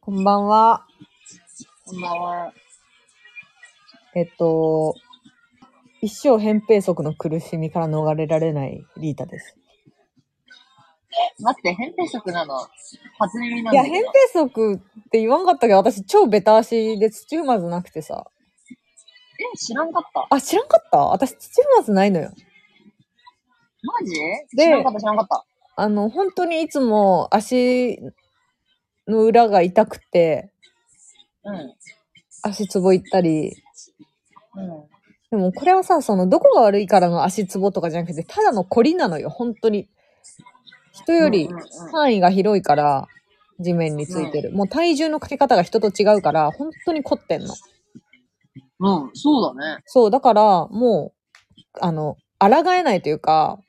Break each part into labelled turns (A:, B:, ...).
A: こんばんは。
B: こんばんは。
A: えっと、一生扁平足の苦しみから逃れられないリータです。
B: 待って、扁平足なの。初耳なん
A: いや、
B: だ
A: 扁
B: けど。
A: 平足って言わんかったけど、私超ベタ足で土踏まずなくてさ。
B: え、知らんかった。
A: あ、知らんかった私土踏まずないのよ。
B: マジ
A: で
B: 知らんかった、知らんかった。
A: あの、本当にいつも足の裏が痛くて、
B: うん。
A: 足つぼ行ったり、
B: うん。
A: でもこれはさ、そのどこが悪いからの足つぼとかじゃなくて、ただのコリなのよ、本当に。人より
B: うんうんうん
A: 範囲が広いから、地面についてる。もう体重のかけ方が人と違うから、本当に凝ってんの。
B: うん、そうだね。
A: そう、だから、もう、あの、抗えないというか、
B: うん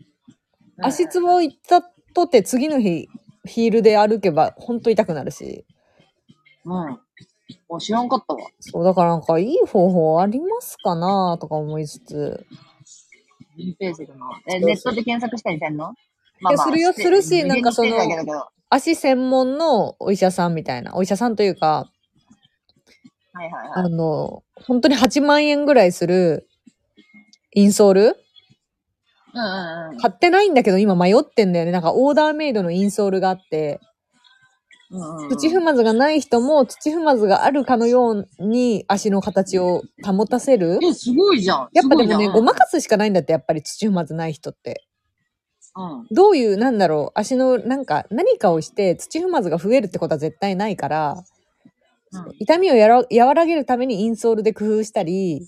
A: 足つぼ行ったとて次の日、ヒールで歩けば本当痛くなるし。
B: うん。お、知らんかったわ。
A: そう、だからなんかいい方法ありますかなとか思いつつ。
B: 扁平足の。え、
A: そうそう
B: ネットで検索したりせんの
A: いやするよ
B: して
A: するしなんかその
B: 無限にしてんだけど
A: 足専門のお医者さんみたいな、お医者さんというか、
B: はいはい
A: あ
B: はい。
A: の、本当に8万円ぐらいするインソール
B: うんうん
A: 買ってないんだけど今迷ってんだよね。なんかオーダーメイドのインソールがあって、
B: うんうんうん。
A: 土踏まずがない人も土踏まずがあるかのように足の形を保たせる。
B: え、すごいじゃん。
A: やっぱですも
B: いじ
A: ね、
B: ゃん
A: ごまかすしかないんだって、やっぱり土踏まずない人って。
B: うん。
A: どういう、なんだろう、足の、なんか、何かをして土踏まずが増えるってことは絶対ないから、
B: うん
A: 痛みをやら和らげるためにインソールで工夫したり、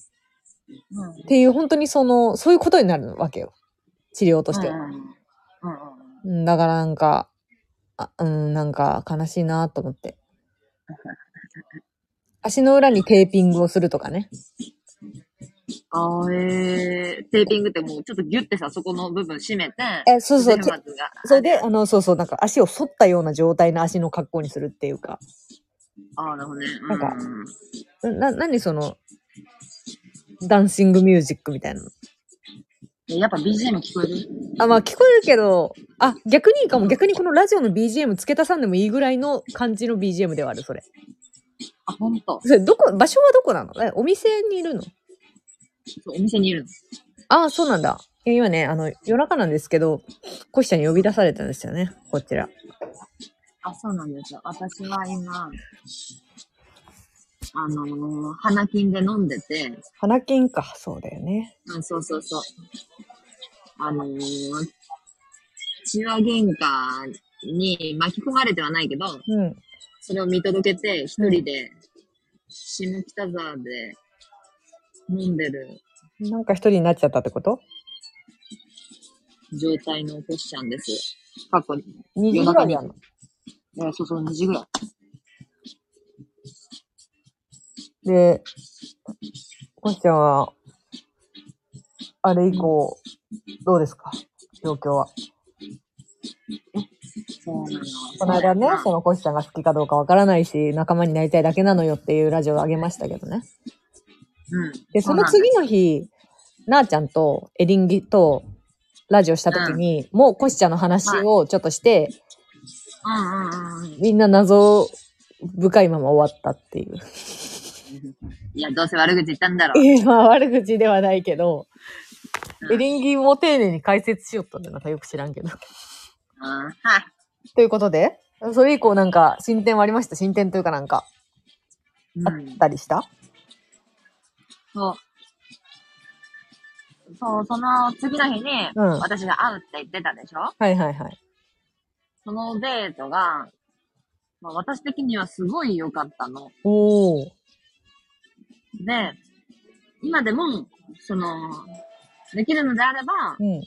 B: うん。
A: っていう本当にそのそういうことになるわけよ治療として
B: うん
A: は、
B: うんうんうん。
A: うんだからなんかあうんなんか悲しいなと思 って足の裏にテーピングをするとかね
B: あーえー、テーピングってもうちょっとギュってさ、そこの部分締めて。
A: えそうそう
B: テープマークが
A: それであのそうそうなんか足を反ったような状態の足の格好にするっていうか
B: あー、なるほどね。
A: なんか
B: うん
A: な何そのダンシングミュージックみたいなの
B: えやっぱ BGM 聞こえる
A: あまあ聞こえるけどあ逆にいいかも逆にこのラジオの BGM 付け足さんでもいいぐらいの感じの BGM ではあるそれ
B: あ、ほんと。
A: それどこ場所はどこなのえお店にいるの
B: そうお店にいるの。
A: ああ、そうなんだ。いや今ね、あの、夜中なんですけど、コシちゃんに呼び出されたんですよね、こちら。
B: あ、そうなんですよ。私は今、あのー、花金で飲んでて、
A: 花金か、そうだよね。
B: うん、そうそうそう。あのー、血は喧嘩に巻き込まれてはないけど、
A: うん。
B: それを見届けて、一人で、下北沢で飲んでる
A: なんか一人になっちゃったってこと
B: 状態のコッシャンです。過去に。
A: ?2 時ぐらいなの。
B: えーそうそう、2時ぐらい。
A: で、コシちゃんは、あれ以降、どうですか状況は。
B: そうなの。
A: この間ね
B: そう、
A: そのコシちゃんが好きかどうかわからないし、仲間になりたいだけなのよっていうラジオをあげましたけどね。
B: うん。
A: で、その次の日、なーちゃんとエリンギとラジオした時に、もうコシちゃんの話をちょっとして、
B: そうなんだ。うんうんうん。
A: みんな謎深いまま終わったっていう。
B: いや、どうせ悪口言ったんだろう。
A: 今悪口ではないけど、
B: うん
A: エリンギも丁寧に解説しよったんだよなんかよく知らんけど。
B: うん。はい。
A: ということで、それ以降なんか進展はありました進展というかなんか
B: う
A: あっ
B: ん。
A: たりした、
B: そう。そう、その次の日に、
A: うん
B: 私が会うって言ってたでしょ
A: はいはいはい。
B: そのデートが、まあ、私的にはすごい良かったの。
A: おお。
B: で、今でも、その、できるのであれば、
A: うん。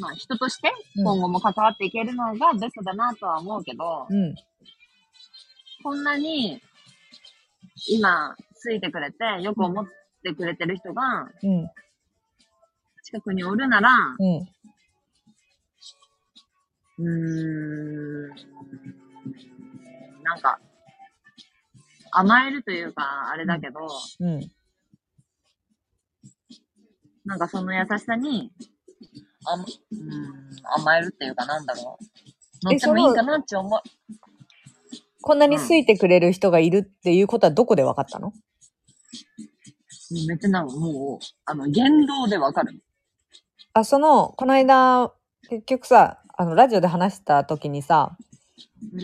B: まあ人として
A: うん
B: 今後も関わっていけるのがベストだなとは思うけど、
A: うん。
B: こんなに今、ついてくれて、よく思ってくれてる人が
A: うん。
B: 近くにおるなら、
A: うん。
B: うーん、なんか、甘えるというか、あれだけど、
A: うん。
B: なんかその優しさに、あんうん、甘えるっていうかなんだろう。乗
A: え
B: ってもいいかなって思う。
A: こんなに好いてくれる人がいるっていうことはどこで分かったの
B: めっちゃなんかもう、あの、言動でわかる。
A: あ、その、この間、結局さ、あの、ラジオで話した時にさ、
B: うん。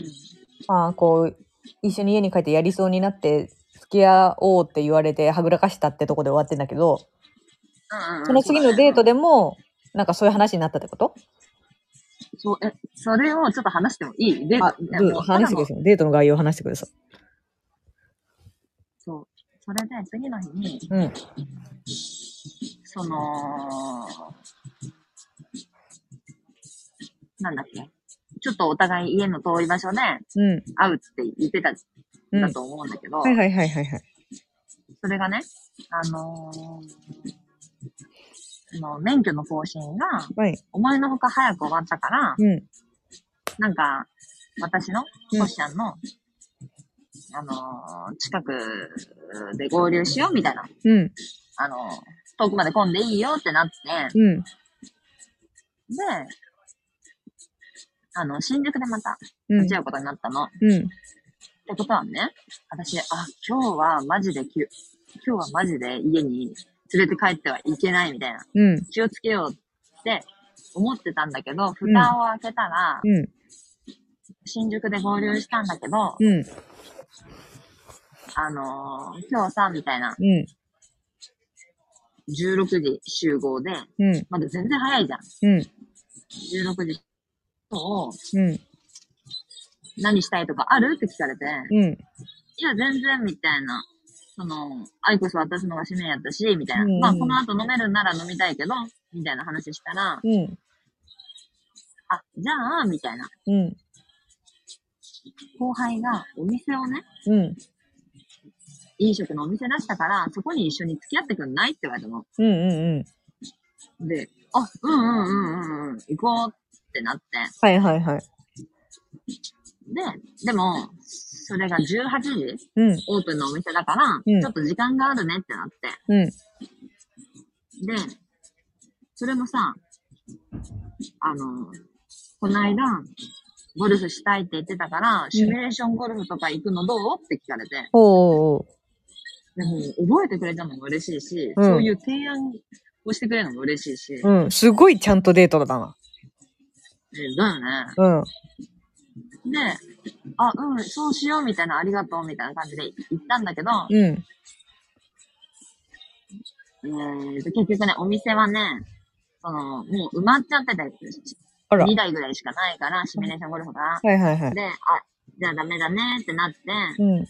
A: まあ、こう、一緒に家に帰ってやりそうになって、付き合おうって言われて、はぐらかしたってとこで終わってんだけど、その次のデート
B: で。
A: でも、なんかそういう話になったってこと
B: そう、え、それをちょっと話してもいいデー
A: あ
B: ト、
A: どう話してください。デートの概要を話してください。
B: そう。それで、次の日に、
A: うん。
B: その、なんだっけ。ちょっとお互い家の遠い場所で
A: うん。
B: 会うって言ってたん
A: うん。
B: だと思うんだけど、
A: はいはいはいはいはい。
B: それがね、あのーあの免許の更新が、
A: はい。
B: 思いのほか早く終わったから、
A: うん。
B: なんか、私の、
A: うん
B: コシちゃんの、あのー近くで合流しようみたいな、
A: うん。
B: あのー遠くまで混んでいいよってなっ
A: う
B: て、
A: ん。
B: で、あの、新宿でまた、
A: うん
B: 立ち。会うことになったの。っ
A: うん。
B: てことはね、私、あ、今日はマジできゅ、今日はマジで家に連れて帰ってはいけないみたいな、
A: うん。
B: 気をつけようって思ってたんだけど、
A: うん
B: 蓋を開けたら、
A: うん。
B: 新宿で合流したんだけど、
A: うん。
B: あのー今日さ、みたいな、
A: うん。
B: 16時集合で、
A: うん。
B: まだ全然早いじゃん。
A: うん。
B: 16時を
A: うん。
B: 何したいとかあるって聞かれて、
A: うん。
B: いや、全然、みたいな。その、アイコス渡すのが使命やったし、みたいな。
A: うんうん
B: まあ、この後飲めるなら飲みたいけど、みたいな話したら、
A: うん。
B: あ、じゃあ、みたいな。
A: うん。
B: 後輩がお店をね、
A: うん。
B: 飲食のお店出したから、そこに一緒に付き合ってくんないって言われたの。
A: うんうんうん。
B: で、あ、うんうんうんうんうん、行こうってなって。
A: はいはいはい。
B: で、でも、それが18時
A: うん。
B: オープンのお店だから、
A: うん
B: ちょっと時間があるねってなって。
A: うん。
B: で、それもさ、あの、こないだ、ゴルフしたいって言ってたから、シミュレーションゴルフとか行くのどうって聞かれて、
A: おうおう
B: でも覚えてくれたのも嬉しいし、
A: うん
B: そういう提案をしてくれるのも嬉しいし、
A: おう。うん。すごいちゃんとデートだな。
B: えだよね。
A: うん。
B: で、あ、うん、そうしようみたいな、ありがとうみたいな感じで行ったんだけど、
A: うん。
B: えーと結局ね、お店はね、その、もう埋まっちゃってたり
A: あら。
B: 2台ぐらいしかないから、シミュレーションゴルフが。
A: はいはいはい。
B: で、あ、じゃあダメだねってなって、
A: うん。
B: で、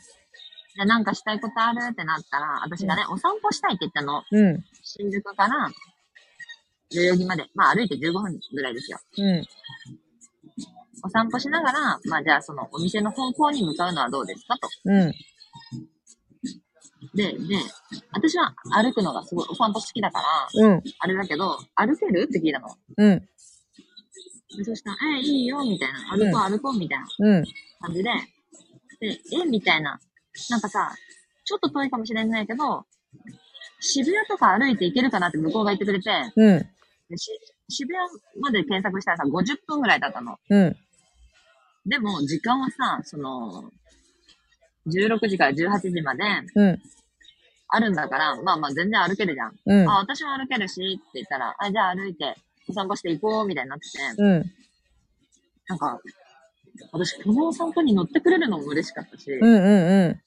B: なんかしたいことあるってなったら、私がね、お散歩したいって言ったの。
A: うん。
B: 新宿から、代々木まで。まあ歩いて15分ぐらいですよ。
A: うん。
B: お散歩しながら、まあじゃあそのお店の方向に向かうのはどうですかと。
A: うん。
B: で、で、私は歩くのがすごいお散歩好きだから、
A: うん。
B: あれだけど、歩けるって聞いたの。
A: うん。
B: でそしたら、え、いいよ、みたいな。歩こう、歩こう、みたいな
A: うん。
B: 感じで。で、え、みたいな。なんかさ、ちょっと遠いかもしれないけど、渋谷とか歩いて行けるかなって向こうが言ってくれて、
A: うん。
B: でし渋谷まで検索したらさ、50分ぐらいだったの。
A: うん。
B: でも、時間はさ、その、16時から18時まで
A: うん。
B: あるんだから、まあまあ全然歩けるじゃん。
A: うん。
B: あ、私も歩けるしって言ったら、あ、じゃあ歩いてお散歩して行こうみたいになってて、
A: うん。
B: なんか、私このお散歩に乗ってくれるのも嬉しかったし、
A: うん。うん。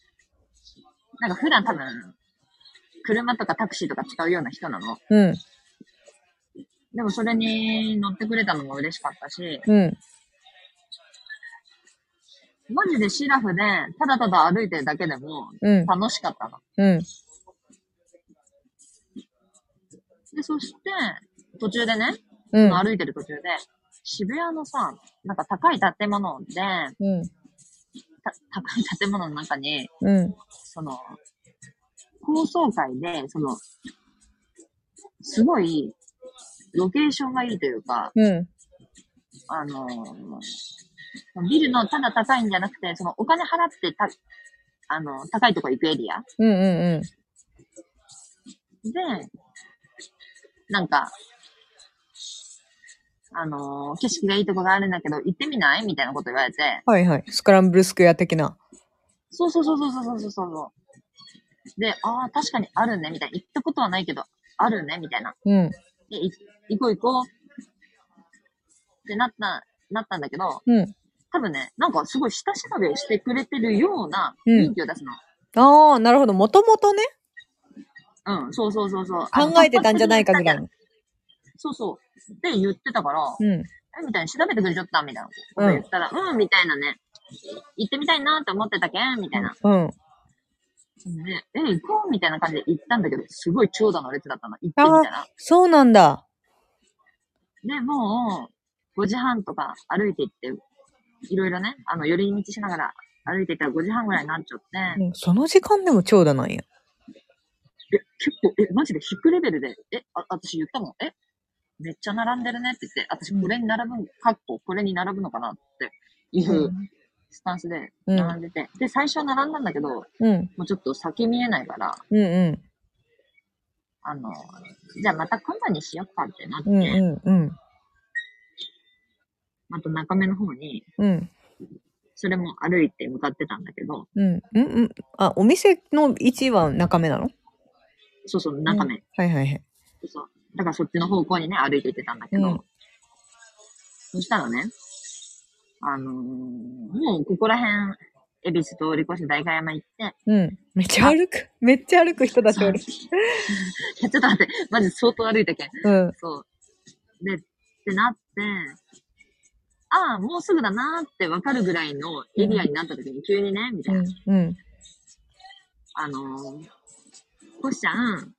B: なんか普段多分、車とかタクシーとか使うような人なの。
A: うん。
B: でもそれに乗ってくれたのも嬉しかったし、
A: うん。
B: マジでシラフで、ただただ歩いてるだけでも
A: うん。
B: 楽しかったの。
A: うん。
B: で、そして、途中でね、
A: うん。
B: 歩いてる途中で、渋谷のさ、なんか高い建物で、
A: うん。
B: た 高い建物の中に、
A: うん。
B: その、高層階で、その、すごい、ロケーションがいいというか、
A: うん。
B: あのビルのただ高いんじゃなくて、そのお金払ってた、あの、高いとこ行くエリア
A: うん。うん。
B: で、なんか、あのー景色がいいとこがあるんだけど、行ってみないみたいなこと言われて、
A: はいはい。スクランブルスクエア的な。
B: そうそうそうそうそうそうそうそう。で、ああ、確かにあるね、みたいな。行ったことはないけど、あるね、みたいな。
A: うん。
B: で、い行こう行こう。ってなった、なったんだけど、
A: うん。
B: 多分ね、なんかすごい下調べをしてくれてるような
A: うん
B: 雰囲気を出すの。
A: ああ、なるほど。もともとね、
B: うん、そうそうそうそう。あ
A: 考
B: の
A: えてたんじゃないかみたい。な。
B: そうそう。って言ってたから、
A: うん。
B: えみたいに調べてくれちゃったみたいなこと言ったら、うん、みたいなね。行ってみたいなって思ってたけんみたいな。
A: うん。
B: で、え、行こうみたいな感じで行ったんだけど、すごい長蛇の列だったの。行ってみたら。
A: そうなんだ。
B: で、もう、5時半とか歩いて行って、いろいろね、あの、寄り道しながら歩いていったら5時半ぐらいになっちゃって、
A: うんその時間でも長蛇なんや。
B: え、結構、え、マジで引くレベルで、え、あ、私言ったもん、え、めっちゃ並んでるねって言って、私これに並ぶん、かっここれに並ぶのかなっていうスタンスで
A: うん
B: 並んでて、で、最初は並んだんだけど、も
A: うん。
B: うちょっと先見えないから、
A: うんう
B: あの、じゃあまた今度にしよっかってなって、
A: ん。うんうんうん。
B: また中目の方に、
A: うん。
B: それも歩いて向かってたんだけど、
A: うん。うんうん。あ、お店の位置は中目なの
B: そうそう、中目。
A: はいはいはい。
B: そう。だからそっちの方向にね、歩いていってたんだけど、
A: うん
B: そしたらね、あのーもうここら辺、恵比寿通り越して代官山行って、
A: うん。めっちゃ歩く。めっちゃ歩く人たちおる。
B: い やちょっと待って、マジ相当歩いたけん。
A: うん。
B: そう。で、ってなって、ああ、もうすぐだなーってわかるぐらいのエリアになった時に急にね、みた
A: う
B: いな。
A: ん。うん。
B: あのー、こしちゃん、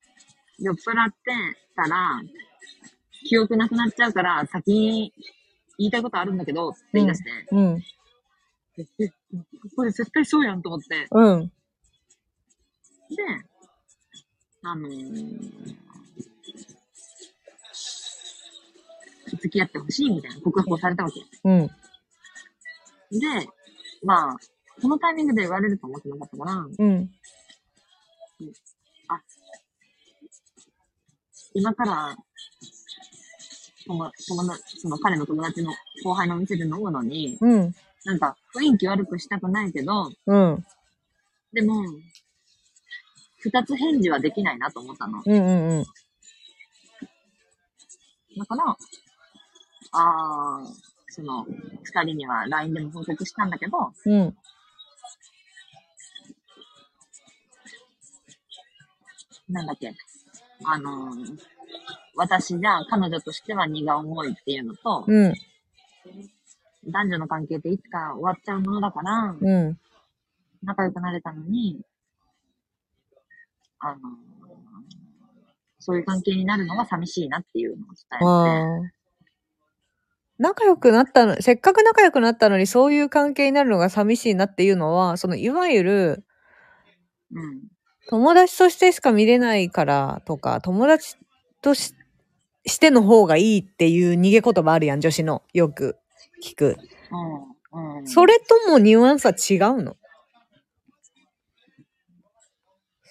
B: 酔っ払ってたら、記憶なくなっちゃうから、先に言いたいことあるんだけど、って言い出して、
A: うん。
B: ええこれ絶対そうやんと思って。で、
A: うん。
B: あのー、付き合ってほしいみたいな告白をされたわけ。
A: うん。
B: で、まあ、このタイミングで言われると思ってなかったから、
A: うん。
B: 今から、友友達、その彼の友達の後輩のお店で飲むのに、
A: うん。
B: なんか雰囲気悪くしたくないけど、
A: うん。
B: でも、二つ返事はできないなと思ったの。
A: うんうんうん。
B: だから、ああー、その、二人には LINE でも報告したんだけど、
A: うん。
B: なんだっけ、あのー私じゃ彼女としては荷が重いっていうのと、
A: うん。
B: 男女の関係っていつか終わっちゃうものだから、
A: うん。
B: 仲良くなれたのに、あのーそういう関係になるのが寂しいなっていうのを伝えて、
A: ああ。仲良くなったの、せっかく仲良くなったのに、そういう関係になるのが寂しいなっていうのは、その、いわゆる、
B: うん。
A: 友達としてしか見れないからとか、友達とししての方がいいっていう逃げ言葉あるやん、女子の。よく聞く。
B: うん。うん。
A: それともニュアンスは違うの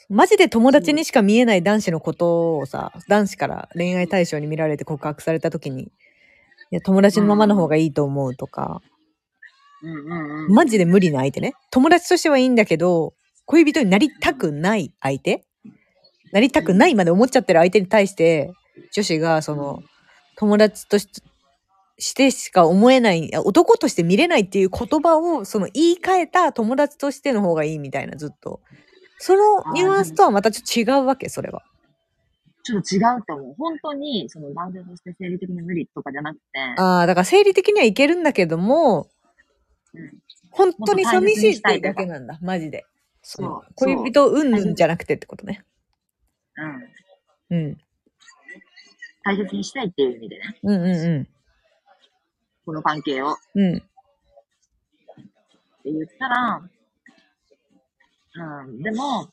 A: マジで友達にしか見えない男子のことをさ、男子から恋愛対象に見られて告白された時に、いや、友達のままの方がいいと思うとか、
B: うんうんうん。
A: マジで無理な相手ね。友達としてはいいんだけど、恋人になりたくない相手なりたくないまで思っちゃってる相手に対して、女子がその、友達とししてしか思えない、あ男として見れないっていう言葉を、その言い換えた友達としての方がいいみたいな、ずっと。そのニュアンスとはまたちょっと違うわけ、それは。
B: ちょっと違うと思う。本当に、その男性として生理的に無理とかじゃなくて、
A: ああ、だから生理的にはいけるんだけども、
B: うん
A: 本当に寂しいっていうだけなんだ、マジで。その
B: そう
A: 恋人うんぬんじゃなくてってことね。
B: うん。
A: うん。
B: 大切にしたいっていう意味でね、
A: うんう
B: この関係をっ
A: んうん。うん。
B: て言ったら、うん、でも、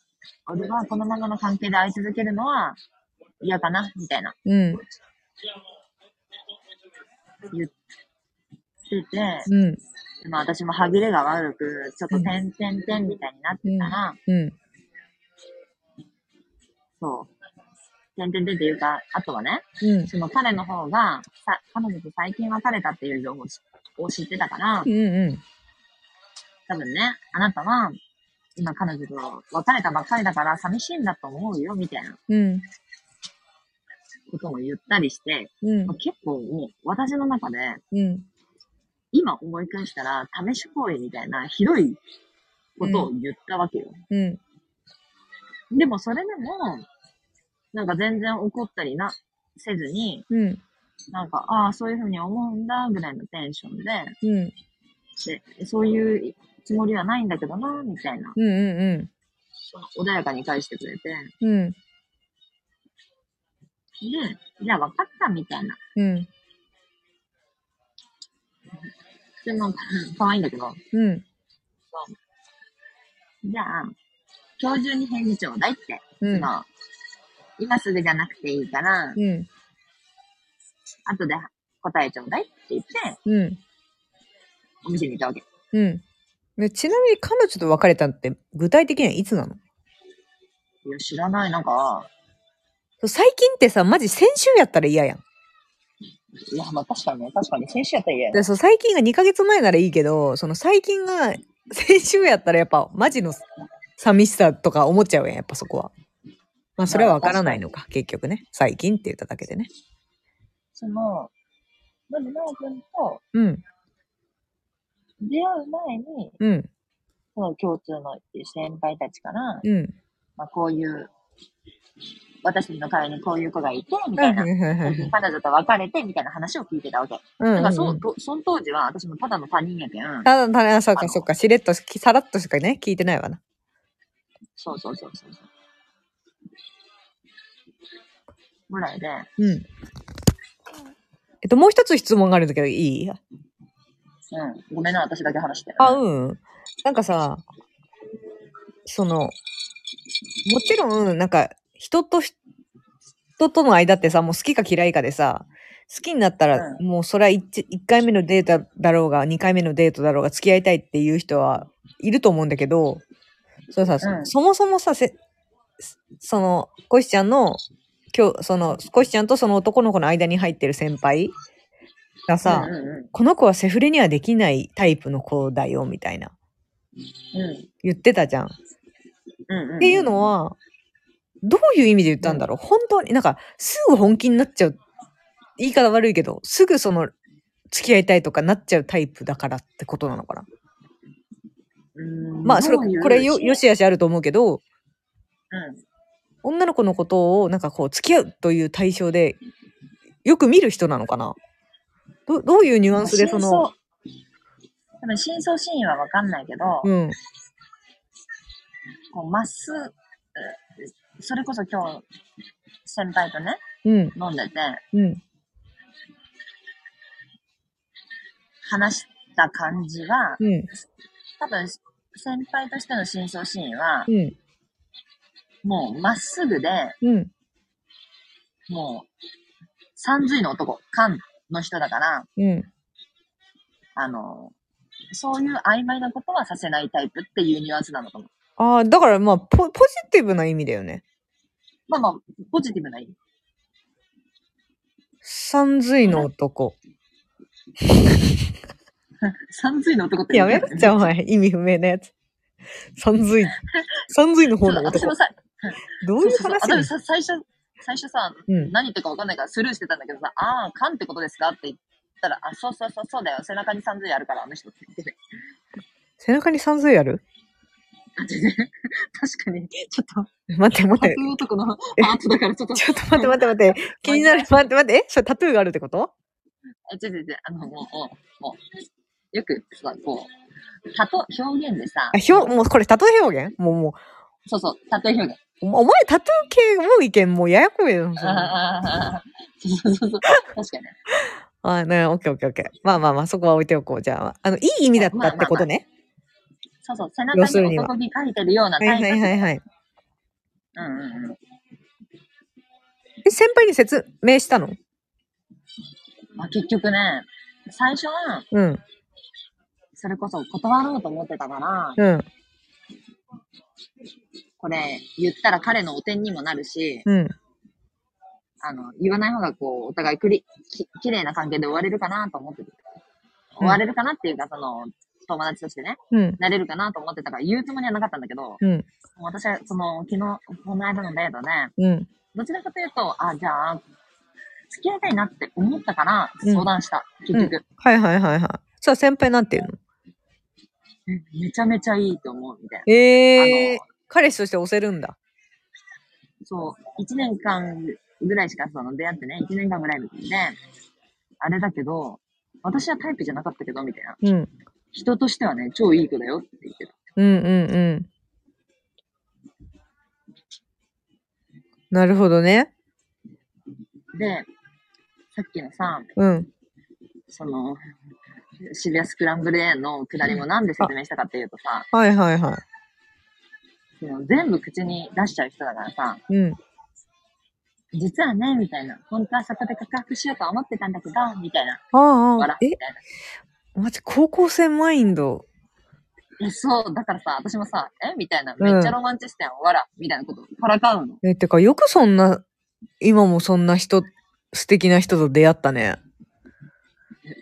B: 俺はこのままの関係で会い続けるのは嫌かな、みたいな。
A: うん。
B: 言ってて、
A: うん。
B: でも私も歯切れが悪く、ちょっと点点点みたいになってたら、
A: うん。
B: そう。点点点っていうか、あとはね、
A: うん。
B: その彼の方が、さ彼女と最近別れたっていう情報を知ってたから
A: う、ん。うん。
B: 多分ね、あなたは、今彼女と別れたばっかりだから寂しいんだと思うよ、みたいな
A: うん。
B: ことも言ったりして、
A: うん
B: まあ。結構もう私の中で、
A: うん。
B: 今思い返したら、試し行為みたいなひどいことを言ったわけよ。
A: うん。
B: でもそれでも、なんか全然怒ったりな、せずに、
A: うん。
B: なんか、ああ、そういうふうに思うんだ、ぐらいのテンション
A: うん。
B: で、でそういうつもりはないんだけどな、みたいな、
A: うん。うん。
B: その穏やかに返してくれて、
A: うん。
B: で、じゃあ分かった、みたいな。
A: うん。
B: で、なんか、可愛いんだけど、
A: うん。
B: じゃあ、今日中に返事ちょうだいって。
A: うん。
B: その、今すぐじゃなくていいから、
A: うん。
B: 後で答えちょうだいって言って、
A: うん。
B: お店に行ったわけ。
A: うん。ねちなみに彼女と別れたのって具体的にはいつなの
B: いや、知らない。なんか、
A: そう最近ってさ、マジ先週やったら嫌やん。
B: いや、まあ確かにね、確かに。先週やったら嫌や
A: でそう最近が2ヶ月前ならいいけど、その最近が先週やったらやっぱマジの寂しさとか思っちゃうやん、やっぱそこは。まあそれはわからないのか、結局ね。最近って言っただけでね。
B: その、まず、なおくんと
A: うん、
B: 出会う前に、
A: うん、
B: その共通の先輩たちから、
A: うん。
B: まあこういう、私たちの会にこういう子がいて、み
A: う
B: たい
A: ん、
B: な。
A: うん、
B: 彼女と別れて、みたいな話を聞いてたわけ。
A: う
B: だからそ
A: ん
B: う、。とその当時は私もただの他人やけん。
A: ただ、ただ、そうか、そうか、しれっと、きさらっとしかね、聞いてないわな。
B: そうそうそうそうそう。ぐらいで、
A: うん。えっと、もう一つ質問があるんだけど、いい
B: うん。ごめんな、私だけ話してる。
A: あ、うん。なんかさ、その、もちろん、なんか、人とひ人との間ってさ、もう好きか嫌いかでさ、好きになったら、
B: う
A: もうそれは 1, 回目のデートだろうが、2回目のデートだろうが、付き合いたいっていう人はいると思うんだけど、それさ、
B: うん
A: そもそもさ、せその、コシちゃんの、今日、その、コシちゃんとその男の子の間に入ってる先輩がさ、
B: うんう
A: この子はセフレにはできないタイプの子だよみたいなん
B: うん。うん
A: 言ってたじゃん。っ
B: うんうん。って
A: いうのはどういう意味で言ったんだろう本当になんかすぐ本気になっちゃう言い方悪いけどすぐその付き合いたいとかなっちゃうタイプだからってことなのかな。まあそれこれよよしあしあると思うけど
B: う
A: 女の子のことをなんかこう付き合うという対象でよく見る人なのかな。どどういうニュ
B: ん。
A: アンスでその。
B: 真相多分真相真意はわかんないけど、
A: うん
B: こうまっすぐ、それこそ今日、先輩とね、
A: うん
B: 飲んでて、
A: うん
B: 話した感じは、
A: うん
B: 多分、先輩としての真相真意は、
A: うん
B: もうまっすぐで、
A: うん
B: もう、三髄の男、菅の人だから、
A: うん
B: あの、そういう曖昧なことはさせないタイプっていうニュアンスなのかも。
A: ああ、だからまあポ、ポジティブな意味だよね。
B: まあまあ、ポジティブな意味。
A: 三髄の男。
B: 三髄の男って
A: やめろっちゃお前、意味不明なやつ。三髄、三髄の
B: そ
A: 方
B: う
A: の
B: 私
A: 男
B: も。さ、
A: どう
B: そ
A: い
B: うそううそう
A: 話なの
B: 私さ最初、最初さ、
A: うん。
B: 何言ってるか分かんないからスルーしてたんだけどさ、ああ、勘ってことですかって言ったら、あ、そうそうそう、そうだよ。背中に三髄あるから、あの人って言ってて。
A: 背中に三髄ある
B: 確かに、ちょっと、
A: 待って待っ
B: 架
A: て。
B: 空男のパートだから、ちょっと、
A: ちょっと待って待って待って。 気になる。待って待って。えそれタトゥーがあるってこと
B: え、ちょちょちょ、あの、もう、もう、もうよく、そうこう、たと、表現でさ
A: あ、、ひょ、もうこれタトゥー表現もうも
B: そうそう、たとえ表現。
A: う。おお前タトゥー系もう意見もうややこいよ。あ
B: ああ、そうそうそう、確かにね。
A: あ、ね、オッケーオッケーオッケー。まあまあまあ、そこは置いておこう。じゃあ、あの、いい意味だったってことね。
B: そうそう、背
A: 要す
B: 中
A: る
B: に
A: には
B: 男に書いてるような
A: はい
B: タイプ。
A: はいはいはい。
B: うんうんうん。
A: え、先輩に説明したの
B: まあ、結局ね、最初は、
A: うん。
B: それこそ断ろうと思ってたから、
A: うん。
B: これ言ったら彼の汚点にもなるし、
A: うん。
B: あの、言わない方がこう、お互いくり、き、綺麗な関係で終われるかなと思ってた。終われるかなっていうか、その、友達としてね、
A: うん。
B: なれるかなと思ってたから、言うつもりはなかったんだけど、
A: うん。
B: 私は、その、昨日、この間のデートで、
A: うん。
B: どちらかというと、あ、じゃあ、付き合いたいなって思ったから、
A: うん
B: 相談した、結局、
A: はいはいはいはい。さあ、先輩なんていうの
B: うんめちゃめちゃいいと思う、みたいな。
A: ええー
B: あ。
A: 彼氏として押せるんだ。
B: の、そう、1年間ぐらいしか、その、出会ってね、1年間ぐらいで、あれだけど、私はタイプじゃなかったけど、みたいな。
A: うん。
B: 人としてはね、超いい子だよって言ってた。
A: うんうんうん。なるほどね。
B: で、さっきのさ、
A: うん。
B: その、渋谷スクランブルエーンの下りもなんで説明したかっていうとさ、
A: はいはいは
B: その全部口に出しちゃう人だからさ、
A: い。うん。
B: 実はね、みたいな、本当はそこで告白しようとは思ってたんだけど、みたいな、
A: あああ
B: 笑
A: あ、
B: う
A: え
B: み、たい
A: マジ高校生マインド。
B: な。え、そう、だからさ、私もさ、えみたいな、
A: うん
B: めっちゃロマンチストやん、わら、みたいなこと、からかうの。
A: え、てかよくそんな、今もそんな人、素敵な人と出会ったね。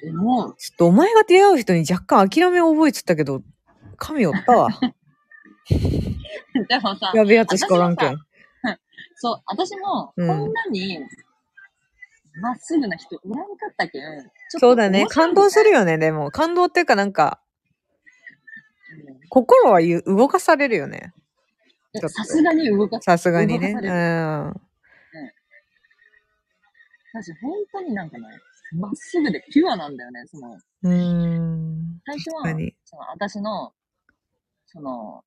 B: えもう、
A: ちょっとお前が出会う人に若干諦めを覚えてたけど、神おった わ。
B: でもさ、
A: やべえやつしかおらんけん。
B: そう、私も、
A: うん
B: こんなに、まっすぐな人、おらんかったけん、ちょっと
A: そうだね。
B: 面白い
A: 感動するよね、でも。感動っていうかなんか、
B: うん
A: 心はゆ動かされるよね。
B: い
A: ちょっと
B: やさすがに動かす。
A: さすがにね。
B: 動か
A: う
B: され
A: ん。
B: 私、本当になんかね、まっすぐでピュアなんだよね、その、
A: うーん。
B: 最初
A: 確
B: は
A: か、に。
B: その、私の、その、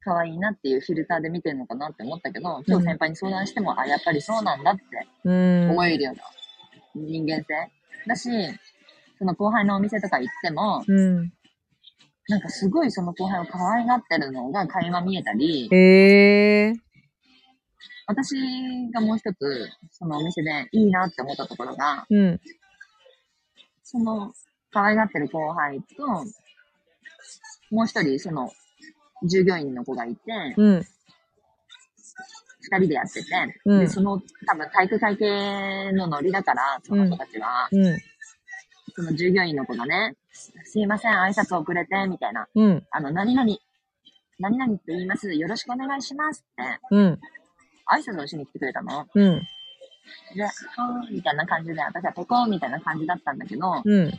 B: 可愛いなっていうフィルターで見てるのかなって思ったけど、今日先輩に相談しても、あ、やっぱりそうなんだって
A: うーん。
B: 思えるような人間性。だし、その後輩のお店とか行っても、
A: うん。
B: なんかすごいその後輩を可愛がってるのが垣間見えたり、
A: へえ。
B: 私がもう一つ、そのお店でいいなって思ったところが、
A: うん。
B: その、可愛がってる後輩と、もう一人、その、従業員の子がいて、
A: うん。
B: 二人でやってて、
A: うん
B: で、その、多分体育会系のノリだから、その子たちは、
A: うん。
B: その従業員の子がね、すいません、挨拶遅れて、みたいな、
A: うん。
B: あの、何々、何々って言います、よろしくお願いしますって、
A: うん。
B: 挨拶をしに来てくれたの。
A: うん。
B: で、はーみたいな感じで、私はペコーみたいな感じだったんだけど、
A: うん。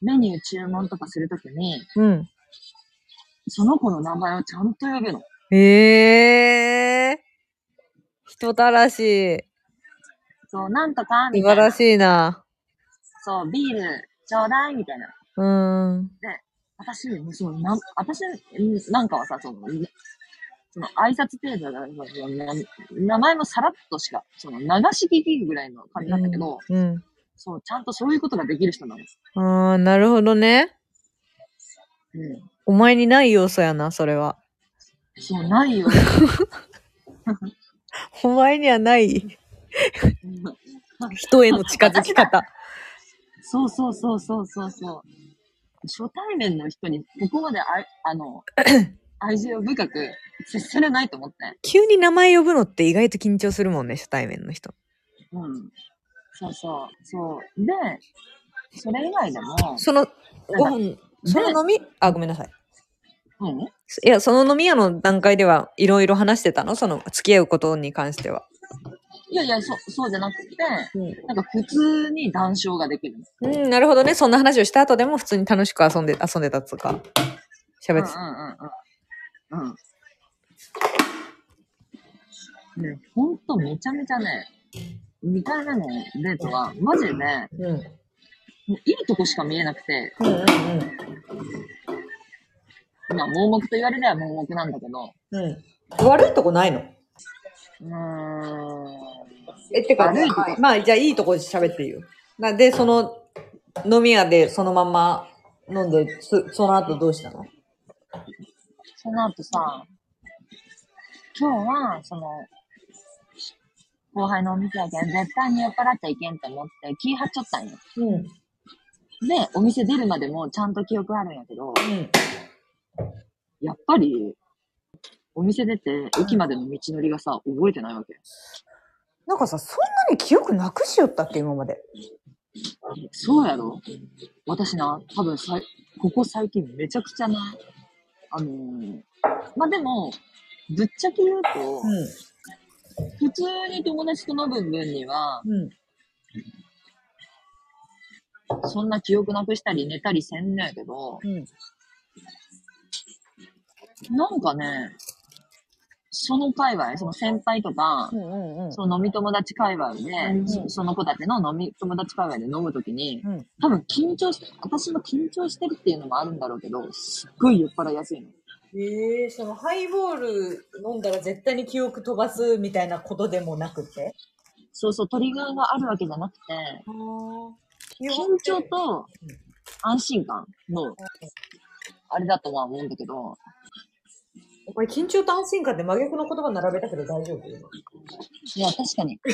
B: メニュー注文とかするときに、
A: うん。
B: その子の名前をちゃんと呼ぶの。
A: へえ。人たらしい。
B: そう、なんとか、み
A: 素
B: た
A: 晴
B: いな。
A: らしいな。
B: そう、ビール、ちょうだい、みたいな。
A: うーん。
B: 私、そう、なん、私、んなんかはさ、その、んその、挨拶程度だからそのな名前もさらっとしか、その、流し聞きぐらいの感じだったけど、
A: うん。
B: そう、ちゃんとそういうことができる人なんです。
A: ああ、なるほどね。
B: うん。
A: お前にない要素やな、それは。
B: そう、ないよ。
A: お前にはない人への近づき方。
B: そうそうそうそうそうそう。初対面の人に、ここまであい、あ の、愛情深く接せれないと思って。
A: 急に名前呼ぶのって意外と緊張するもんね、初対面の人。
B: うん。そうそう。そう。で、それ以外でも、
A: その、ご
B: なんか
A: 飯、その飲み、あ、ごめんなさい。
B: うん
A: いや、その飲み屋の段階ではいろいろ話してたのその、付き合うことに関しては。
B: いやいや、そ、そうじゃなくて、
A: う
B: なんか普通に談笑ができる。
A: ん、なるほどね。そんな話をした後でも普通に楽しく遊んで、遊んでたっつうか、
B: うんう
A: 喋
B: ん
A: ってた。
B: うんうん。うん。ね、ほんとめちゃめちゃね、2回目のデートは、マジでね、
A: うん。うん
B: もういいとこしか見えなくて、
A: うん
B: まあ盲目と言われれば盲目なんだけど、
A: うん。うん。悪いとこないの
B: うーん。
A: え、てか、
B: 悪いとこ
A: まあ、じゃあいいとこ喋っていいよ。なんで、その、飲み屋でそのまま飲んで、そその後どうしたの
B: その後さ、今日は、その、後輩のお店やけん、絶対に酔っ払っちゃいけんと思って、気張っちゃったんよ。
A: うん。うん。
B: で、お店出るまでもちゃんと記憶あるんやけど、やっぱり、お店出て、駅までの道のりがさ、覚えてないわけ。
A: なんかさ、そんなに記憶なくしよったっけ今まで。
B: そうやろ私な、多分さい、ここ最近めちゃくちゃな、あのーまあ、でも、ぶっちゃけ言うと、
A: う
B: 普通に友達と飲む分には、
A: ん。うん。
B: そんな記憶なくしたり寝たりせんのやけど、
A: うん。
B: なんかね、その界隈、その先輩とか
A: う、んうんうん。
B: その飲み友達界隈で、
A: うん
B: そその子たちの飲み友達界隈で飲むときに、
A: うん。
B: 多分緊張して、私も緊張してるっていうのもあるんだろうけど、すっごい酔っ払いやすいの。
A: ええそのハイボール飲んだら絶対に記憶飛ばすみたいなことでもなくて。
B: そうそう、トリガーがあるわけじゃなくて、
A: ああ。
B: 緊張
A: と。
B: と安心感の、あれだとは思うんだけど、
A: これ緊張と安心感って真逆の言葉並べたけど大丈夫
B: いや、確かに。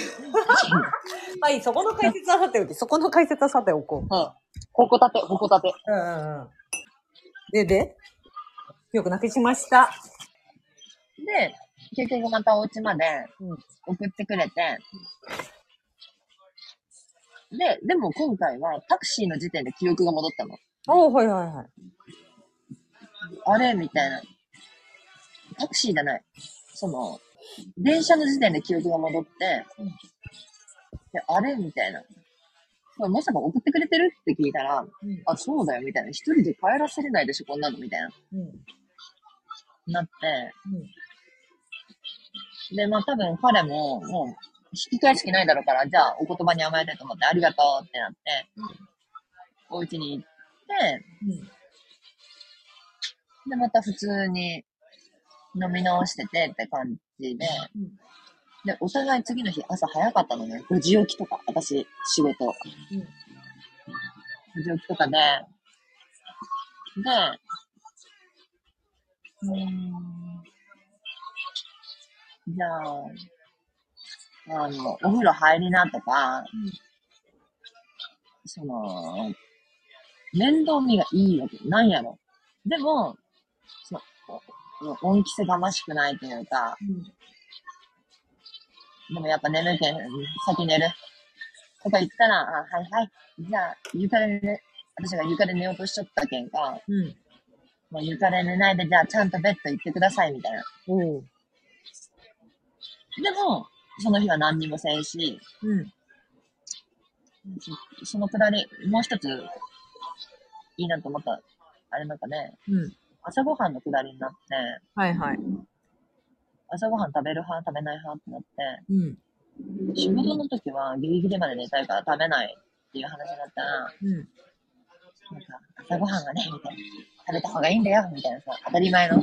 A: はい、そこの解説はさておき、そこの解説はさておこう。
B: はい。ほこたて、ほこたて。
A: うんうんうん。で、でよくなくしました。
B: で、結局またお家まで
A: うん
B: 送ってくれて、で、でも今回はタクシーの時点で記憶が戻ったの。
A: おおはいはいはい。
B: あれみたいな。タクシーじゃない。その、電車の時点で記憶が戻って、
A: うん
B: で、あれみたいな。これまさか送ってくれてるって聞いたら、
A: うん
B: あ、そうだよ、みたいな。一人で帰らせれないでしょ、こんなの、みたいな。
A: うん。
B: なって、で、まあ多分彼も、もう、引き返す気ないだろうから、じゃあお言葉に甘えてと思って、ありがとうってなって、お家に行って、で、また普通に飲み直しててって感じで、
A: うん
B: で、お互い次の日朝早かったのね。5時起きとか、私、仕事。5時起きとかで、で、うーん、じゃあ、あの、お風呂入りなとか、
A: ん
B: その、面倒見がいいわけなんやろ。でも、その、お恩着せがましくないというか、でもやっぱ眠いけん、先寝る。とか言ったら、あ、はいはい。じゃあ、床で寝、私が床で寝ようとしちゃったけんか、
A: うん。うん。
B: もう床で寝ないで、じゃあちゃんとベッド行ってください、みたいな。
A: おう。
B: でも、その日は何にもせんし、
A: うん。
B: そそのくだり、もう一つ、いいなと思った、あれなんかね、
A: うん。
B: 朝ごはんのくだりになって、
A: はいはい。
B: 朝ごはん食べる派、食べない派ってなって、
A: うん。
B: 仕事の時はギリギリまで寝たいから食べないっていう話になったら、
A: うん。
B: なんか、朝ごはんはね、みたいな。食べた方がいいんだよ、みたいなさ、当たり前の、
A: うん。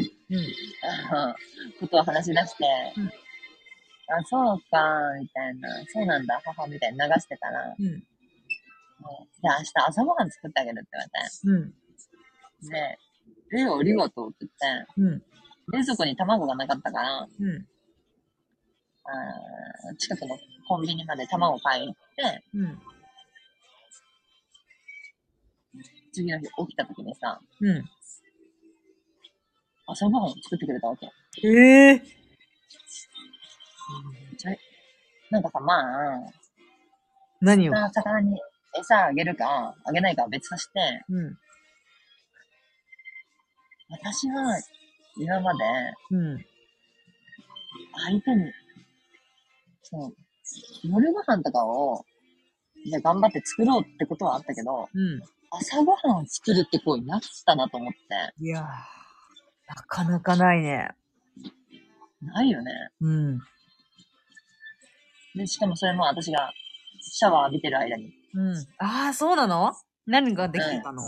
B: あのことを話し出して、
A: うん
B: あ、そうか、みたいな、そうなんだ、母みたいに流してたら、
A: うん。
B: もうじゃあ明日朝ごはん作ってあげるって
A: うん。
B: 言われて、で、え、ありがとうって言って、
A: うん。
B: 冷蔵庫に卵がなかったから、あ
A: うん。
B: ー近くのコンビニまで卵買いに行って、
A: うん。
B: 次の日起きた時にさ、
A: うん。
B: 朝ごはんを作ってくれたわけ。
A: ええ
B: ちょいなんかさ、まあ、
A: 何を
B: 魚魚に餌あげるか、あげないかは別として、
A: うん。
B: 私は今まで
A: うん。
B: 相手に、その、夜ご飯とかを、じゃあ頑張って作ろうってことはあったけど、
A: うん。
B: 朝ごはんを作るって行為なかったなと思って、
A: いやー、なかなかないね。
B: ないよね。
A: うん。
B: で、しかもそれも私がシャワー浴びてる間に。
A: うん。ああ、そうなの何ができてたの、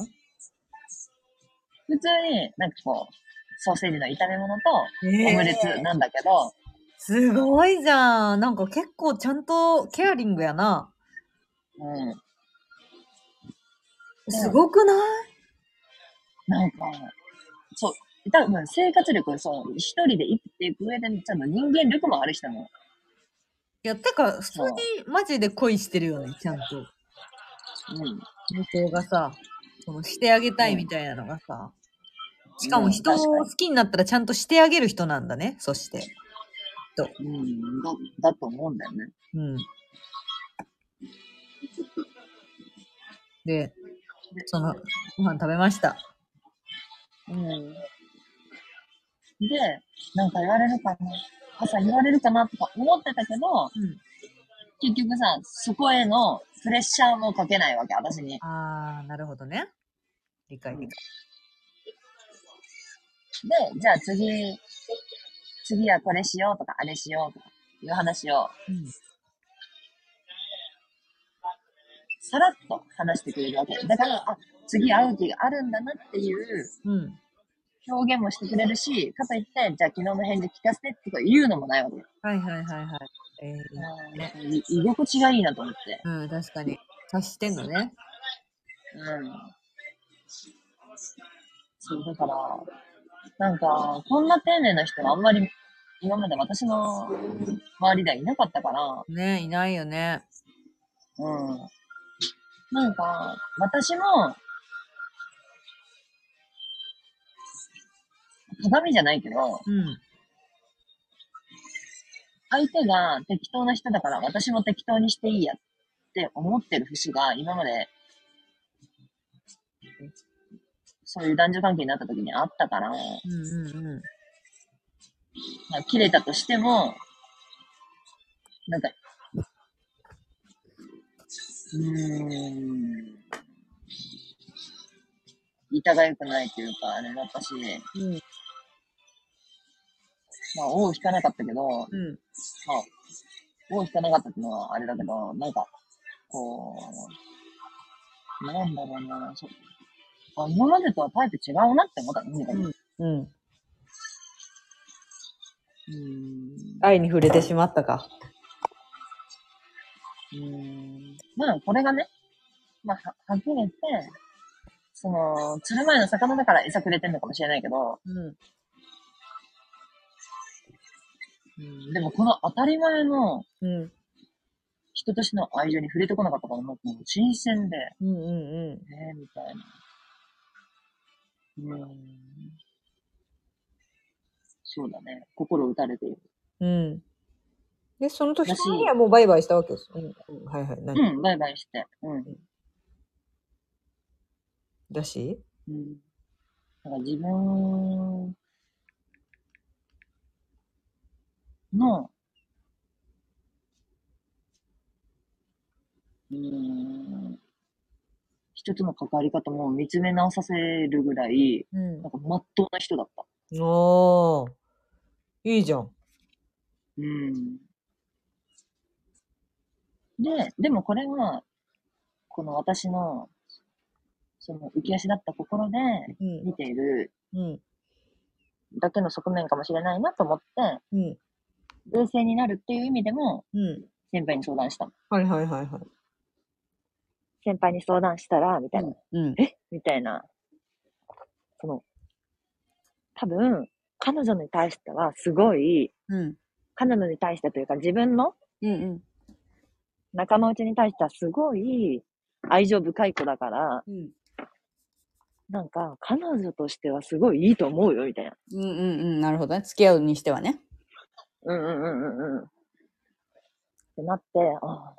B: 普通に、なんかこう、ソーセージの炒め物と
A: え
B: オ
A: え
B: ムレツなんだけど、
A: すごいじゃん。なんか結構ちゃんとケアリングやな。
B: うん。
A: すごくない
B: なんか、そう、多分生活力、そう、一人で生きていく上で、ちゃんと人間力もある人も、
A: いや、てか、普通にマジで恋してるよね、ちゃんと。
B: うん。
A: 向こうがさ、そのしてあげたいみたいなのがさ。しかも人を
B: うん
A: 好
B: 確
A: きになったらちゃんとしてあげる人なんだね、そして。
B: かにうん、だ、だと思うんだよね。
A: うん。で、その、ご飯食べました。
B: うん。で、なんか言われるかな。朝言われるかなとか思ってたけど、
A: うん。
B: 結局さ、そこへのプレッシャーもかけないわけ、私に。
A: あー、なるほどね。理解でき
B: で、じゃあ次、次はこれしようとか、あれしようとか、いう話を、
A: た。うん。
B: さらっと話してくれるわけ。だから、あ、次会う気があるんだなっていう
A: うん。
B: 表現もしてくれるし、かといって、じゃあ昨日の返事聞かせてとか言うのもないわけ。
A: はいはいはいはい。えー、
B: うんなんか居心地がいいなと思って。
A: うん、確かに。察してんのね。
B: うん。そう、だから、なんか、こんな丁寧な人はあんまり今まで私の周りではいなかったから、
A: ねいないよね。
B: うん。なんか、私も、鏡じゃないけど、
A: うん。
B: 相手が適当な人だから私も適当にしていいやって思ってる節が今まで、そういう男女関係になった時にあったから、
A: うんうんうん。
B: まあ、切れたとしても、なんか、うーん、痛がゆくないというか、あれだったし、
A: うん
B: まあ、尾を引かなかったけど、まあ、
A: うん。
B: 尾を引かなかったっていうのはあれだけど、なんか、こう、なんだろうな、そうあ今までとはタイプ違うなって思ったの、
A: んうん。
B: うん
A: 愛に触れてしまったか。
B: うーんまあ、これがね、まあ、ははっきり言って、その、釣る前の魚だから餌くれてんのかもしれないけど、
A: うん。
B: うんでもこの当たり前の
A: うん。
B: 人としての愛情に触れてこなかったから、もうもう新鮮で、
A: うんうんう
B: えー、みたいな。うーん。そうだね。心打たれてい
A: ん。
B: る。
A: うん。で、その時
B: だし
A: にはもうバイバイしたわけです。うん。うんはいはい。何、
B: うん、バイバイして。うん。
A: だし
B: うん。だから自分の、うん、人との関わり方も見つめ直させるぐらい、
A: うん
B: なんか真っ当な人だった。
A: おー。いいじゃん。
B: うん。で、でもこれは、この私の、その浮き足だった心で
A: うん
B: 見。ている
A: うん。
B: だけの側面かもしれないなと思って、
A: うん。
B: 冷静になるっていう意味でも、
A: うん。
B: 先輩に相談したの。
A: はいはいはいはい。
B: 先輩に相談したら、みたいな、
A: うん。
B: みたいな。その、多分、彼女に対しては、すごい、
A: うん。
B: 彼女に対してというか、自分の
A: うんうん。
B: 仲間内に対しては、すごい、愛情深い子だから、
A: うん。
B: なんか、彼女としてはすごいいいと思うよ、みたいな。
C: うんうんうん、なるほどね。付き合うにしてはね。
B: うんうんうんうんうん。ってなって、ああ、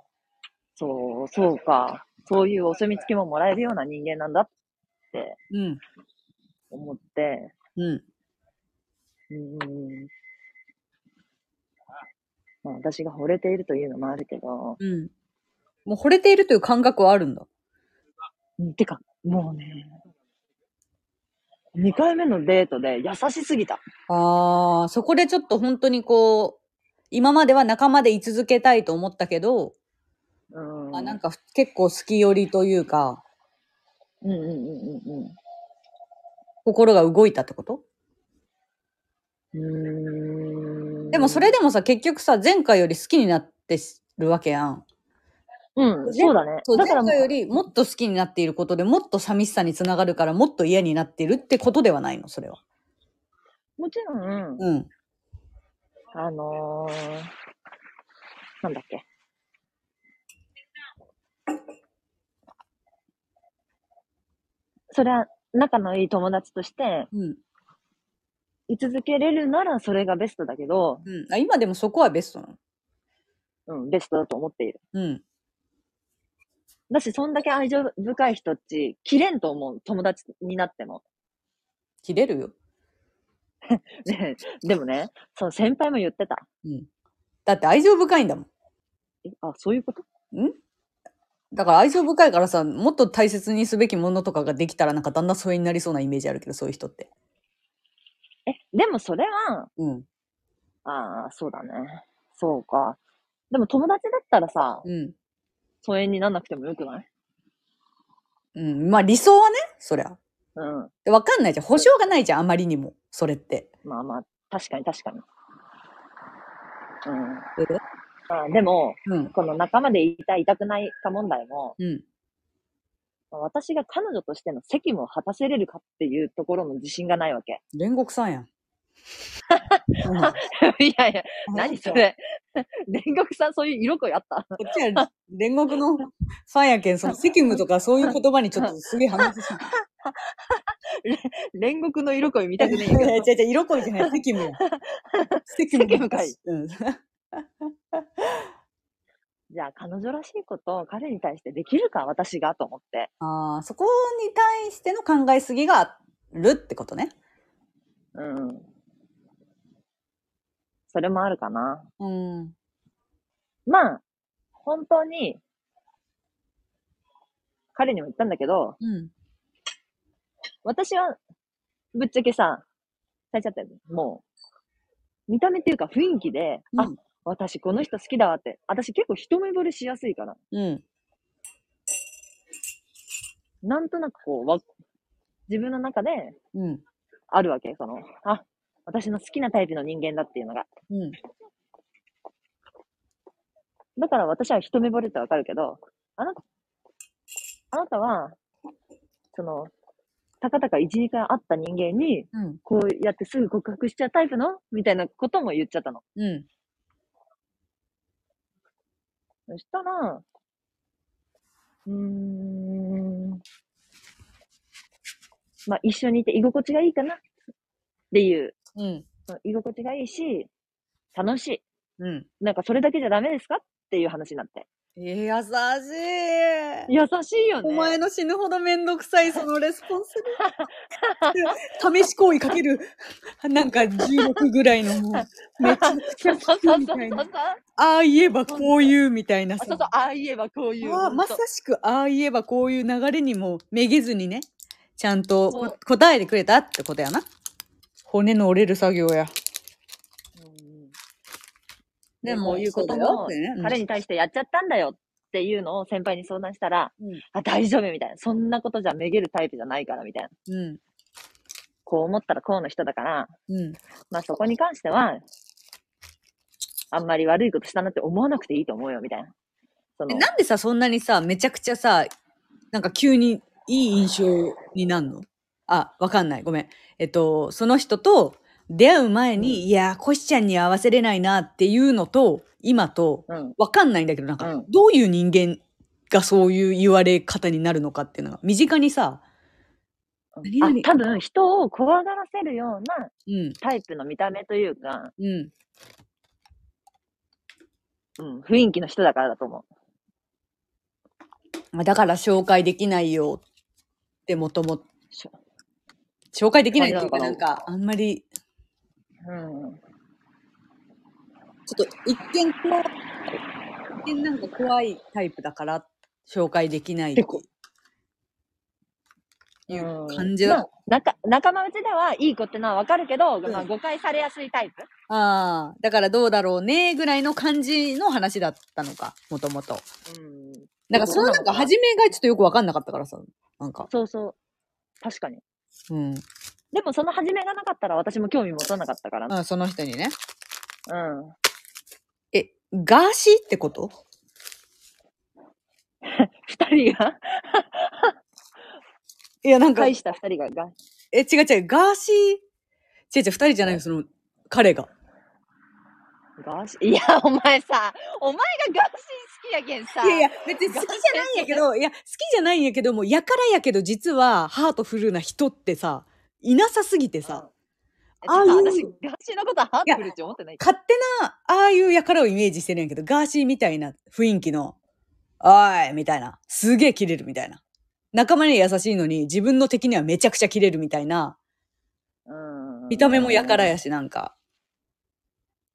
B: そう、そうか。そういうお墨付きももらえるような人間なんだって
C: うん。
B: 思って、
C: うん。
B: うんうんうん。まあ、私が惚れているというのもあるけど、
C: うん。もう惚れているという感覚はあるんだ。
B: うん、てか、もうね、2回目のデートで優しすぎた。
C: ああ、そこでちょっと本当にこう、今までは仲間で居続けたいと思ったけど、
B: うん。
C: あなんか結構好き寄りというか、
B: うんうんうんうんうん。
C: 心が動いたってこと
B: うーん
C: でもそれでもさ、結局さ、前回より好きになってるわけやん。
B: うん、そうだね。
C: そう、
B: だ
C: 前
B: からもう
C: 回よりもっと好きになっていることでもっと寂しさにつながるからもっと嫌になってるってことではないの、それは。
B: もちろん、
C: うん。
B: あのー、なんだっけ。それは仲のいい友達として、
C: うん。
B: 居続けれるならそれがベストだけど、
C: うん。あ今でもそこはベストなの。
B: うん、ベストだと思っている。
C: うん。
B: だし、そんだけ愛情深い人っち、切れんと思う。友達になっても。
A: 切れるよ。
B: ねでもね、その先輩も言ってた。
A: だって愛情深いんだもん。
B: えあ、そういうこと
A: だから愛情深いからさ、もっと大切にすべきものとかができたらなんかだんだん疎遠になりそうなイメージあるけど、そういう人って。
B: え、でもそれは、
A: うん。
B: ああ、そうだね。そうか。でも友達だったらさ、
A: うん。
B: 疎遠にならなくてもよくない
A: うん。まあ理想はね、そりゃ。
B: うん。
A: でわかんないじゃん。保証がないじゃん、あまりにも。それって。
B: まあまあ、確かに確かに。うん。
A: え
B: あでも、
A: うん。
B: この仲間でいたい、いたくないか問題も、
A: うん。
B: 私が彼女としての責務を果たせれるかっていうところの自信がないわけ。
A: 煉獄さんやん。
B: いやいや、何それ。煉獄さん、そういう色恋あった
A: こっちは煉獄のファンやけん、その責務とかそういう言葉にちょっとすげえ話しちゃう。
B: 煉獄の色恋見たく
A: い
B: ね
A: や
B: え
A: いや、
B: よ。
A: 違う違う、色恋じゃない、責務や。責
B: 責務かい。
A: うん。
B: じゃあ、彼女らしいことを彼に対してできるか、私がと思って。
A: ああ、そこに対しての考えすぎがあるってことね。
B: うん。それもあるかな。
A: うん。
B: まあ、本当に、彼にも言ったんだけど、
A: うん。
B: 私は、ぶっちゃけさ、最初だったよね。もう、見た目っていうか雰囲気で、あ
A: う、
B: 私この人好きだわって。私結構一目惚れしやすいから。
A: うん。
B: なんとなくこう、わ自分の中で
A: うん。
B: あるわけ。その、あ、私の好きなタイプの人間だっていうのが。
A: うん。
B: だから私は一目惚れってわかるけど、あなた、あなたは、その、たかたか1、2回会った人間に、
A: うん。
B: こうやってすぐ告白しちゃうタイプのみたいなことも言っちゃったの。
A: うん。
B: そしたら、うーん、まあ一緒にいて居心地がいいかなっていう、
A: うん。
B: その居心地がいいし、楽し
A: うん。
B: い。なんかそれだけじゃダメですかっていう話になって。
A: え優しい。
B: 優しいよね。
A: お前の死ぬほどめんどくさい、そのレスポンス に。試し行為かける、なんか16ぐらいのもう、 めちゃくちゃ
B: そう
A: 聞
B: そう
A: く
B: そう
A: み
B: そ
A: た
B: う
A: いな。ああ言えばこういうみたいな
B: あ
A: さ。
B: そうそう、ああ言えばこういう。
A: ああまさしくああ言えばこういう流れにもめげずにね、ちゃんと
B: そう
A: こ答えてくれたってことやな。骨の折れる作業や。
B: うん
A: で
B: で
A: も
B: も、こういうこと
A: そうだよっ
B: も
A: てねうん、
B: 彼に対してやっちゃったんだよっていうのを先輩に相談したら、
A: うん
B: あ、大丈夫みたいな。そんなことじゃめげるタイプじゃないから、みたいな。
A: う
B: こう思ったらこうの人だから、
A: ん。うん。
B: まあそこに関しては、あんまり悪いことしたなって思わなくていいと思うよ、みたいな。そ
A: え
B: の、
A: なんでさ、そんなにさ、めちゃくちゃさ、なんか急にいい印象になんのあ、わかんない。ごめん。えっと、その人と出会う前に、いやー、コシちゃんに合わせれないなっていうのと、今と、
B: うん。
A: わかんないんだけど、なんか、
B: うん
A: どういう人間がそういう言われ方になるのかっていうのが、身近にさ、何々
B: あ、多分人を怖がらせるような
A: うん、
B: タイプの見た目というか、
A: うん。
B: うん、雰囲気の人だからだと思
A: まあだから紹介できないよってもとも、
B: うしょ。
A: 紹介できないっていうか、
B: あ
A: な
B: れなんのかな
A: か、あんまり、
B: うん。
A: ちょっと一見怖い、一見なんか怖いタイプだから紹介できないって
B: 結構
A: いう感じだ。
B: まあ仲仲間内ではいい子ってのはわかるけど、
A: ん
B: まあ誤解されやすいタイプ。
A: ああ、だからどうだろうね、ぐらいの感じの話だったのか、もともと。
B: うん。
A: なんかそのなんか初めがちょっとよくわかんなかったからさ、なんか。
B: そうそう。確かに。
A: うん。
B: でもその始めがなかったら私も興味持たなかったから。
A: あその人にね。
B: うん。
A: え、ガーシーってこと
B: 二人が、
A: いや、なんか、
B: 返した二人がが、
A: え、違う違う、ガーシー、違う違う、二人じゃないよ、その、彼が。
B: ガーシー。いや、お前さ、お前がガーシー好きやけんさ。
A: いやいや、別に好きじゃないんやけ ど、いや、好きじゃないんやけども、やからやけど、実は、ハートフルな人ってさ、いなさすぎてさ、
B: え、
A: ああ
B: あ
A: いう
B: 私、ガーシーのことはハートフルって思ってないけど。
A: 勝手な、ああいうやからをイメージしてるんやけど、ガーシーみたいな雰囲気の、おいみたいな。すげえ切れるみたいな。仲間には優しいのに、自分の敵にはめちゃくちゃ切れるみたいな。
B: うん。
A: 見た目もやからやし、なんか。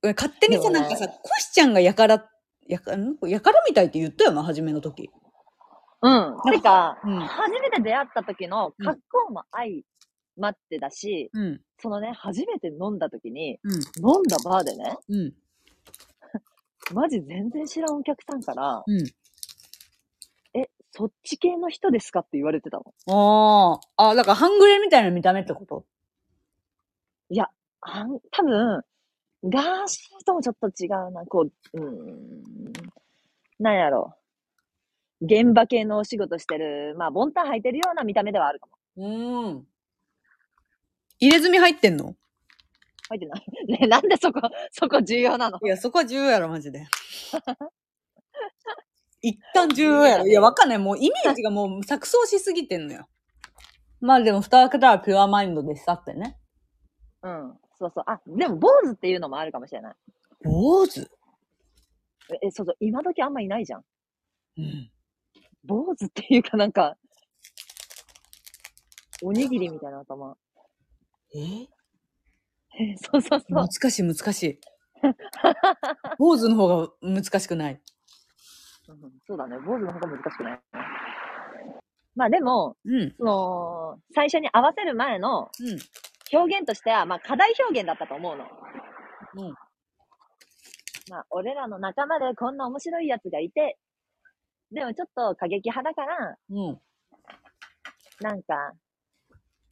A: 勝手にさ、
B: でもね
A: なんかさ、コシちゃんがやから、やか、んやからみたいって言ったよな、初めの時。
B: うん。てか、
A: うん
B: 初めて出会った時の格好も相まってだし、
A: うん。
B: そのね、初めて飲んだ時に、
A: うん。
B: 飲んだバーでね、
A: うん。
B: マジ全然知らんお客さんから、
A: うん。
B: え、そっち系の人ですかって言われてたの。
A: ああ。あ、だから半グレみたいな見た目ってこと
B: あん、多分、ガーシーともちょっと違うな、こう、うーん、なんやろう。現場系のお仕事してる、まあ、ボンタン履いてるような見た目ではあるかも。
A: うん。入れ墨入ってんの
B: 入ってない。 ね、なんでそこ、そこ重要なの
A: いや、そこは重要やろ、マジで。 一旦重要やろ。いや、わかんない。もうイメージがもう錯綜しすぎてんのよ。 まあでも、蓋開けたらピュアマインドでしたってね。
B: うん。そうそう。あ、でも、坊主っていうのもあるかもしれない。
A: 坊主
B: え、そうそう。今時あんまいないじゃん。
A: うん。
B: 坊主っていうかなんか、おにぎりみたいな頭。
A: え
B: え そうそうそう
A: 難。しい、難 しい。坊主の方が難しくない。
B: うんそうだね。坊主の方が難しくない。まあでも、
A: うん。
B: その、最初に合わせる前の
A: うん。
B: 表現としては、まあ課題表現だったと思うの。
A: うん。
B: まあ、俺らの仲間でこんな面白いやつがいて、でもちょっと過激派だから、
A: うん。
B: なんか、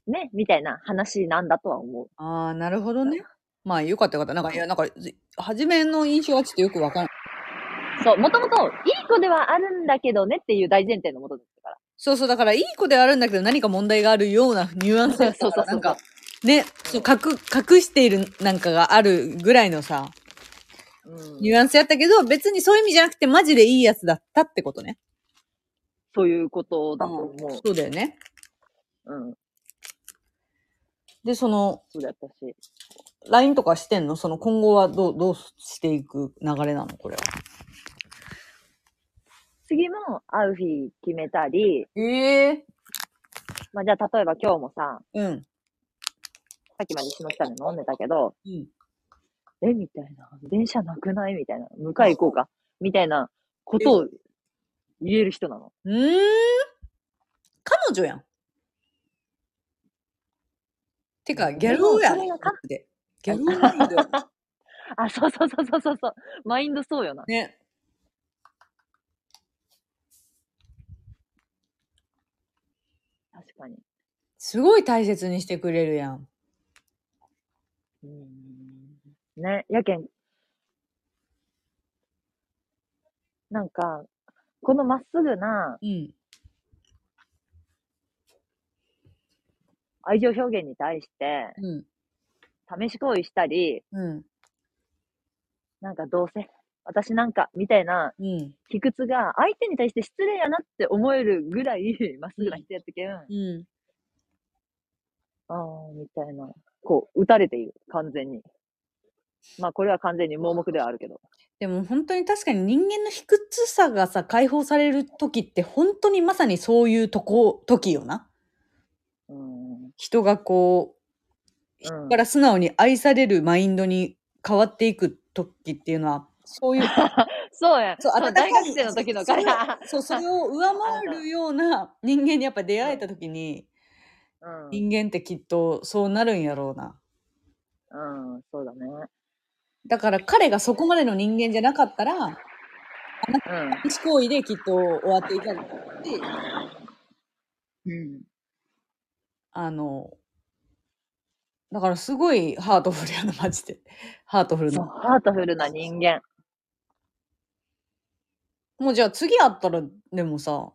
B: ね、みたいな話なんだとは思う。
A: ああ、なるほど ね。まあ、よかったよかった。なんか、いや、なんか、ず初めの印象はちょっとよくわかん
B: そう、もともと、いい子ではあるんだけどねっていう大前提のもとですから。
A: そうそう、だからいい子ではあるんだけど何か問題があるようなニュアンスだったから、な
B: そうそうんそうそう
A: か、ね、そう隠、隠しているなんかがあるぐらいのさ、
B: うん
A: ニュアンスやったけど、別にそういう意味じゃなくてマジでいいやつだったってことね。
B: そういうことだと思う。
A: そうだよね。
B: うん、
A: で、その、
B: そうだったし。
A: LINE とかしてんのその今後はどう、どうしていく流れなのこれは。
B: 次も会う日決めたり、
A: ええ
B: まあじゃあ例えば今日もさ、
A: うん。
B: さっきまで下北で飲んでたけど、
A: うん。
B: えみたいな。電車なくないみたいな。迎え行こうか。みたいなことを言える人なの。
A: うーん。彼女やん。てか、ギャル男や
B: でもそれが
A: ん
B: 彼。
A: でギャル男マインドやん
B: あ、そうそうそうそうそうそう。マインドそうよな。
A: ね。
B: 確かに。
A: すごい大切にしてくれるやん。
B: うんね、やけん。なんか、このまっすぐな
A: うん。
B: 愛情表現に対して、
A: うん。
B: 試し行為したり、
A: うん。
B: なんかどうせ、私なんか、みたいな
A: うん。
B: 卑屈が相手に対して失礼やなって思えるぐらい、まっすぐな人やったけん、あ
A: うん。
B: ー、みたいな。こう、打たれている、完全に。まあ、これは完全に盲目ではあるけど。
A: でも本当に確かに人間の卑屈さがさ、解放される時って本当にまさにそういうとこ、時よな。
B: うん。
A: 人がこう、
B: うん
A: 人から素直に愛されるマインドに変わっていく時っていうのは、そういう、
B: そうや。
A: そう、
B: そう
A: 温か
B: 大
A: い
B: 学生の時の彼ら。
A: そう、それを上回るような人間にやっぱ出会えた時に、
B: うん
A: 人間ってきっとそうなるんやろうな。
B: うん、そうだね。
A: だから彼がそこまでの人間じゃなかったら、一行為できっと終わっていたりし、
B: うん。うん。
A: あの、だからすごいハートフルやな、マジで。ハートフル
B: そう
A: な。
B: ハートフルな人間。
A: もうじゃあ次会ったら、でもさ、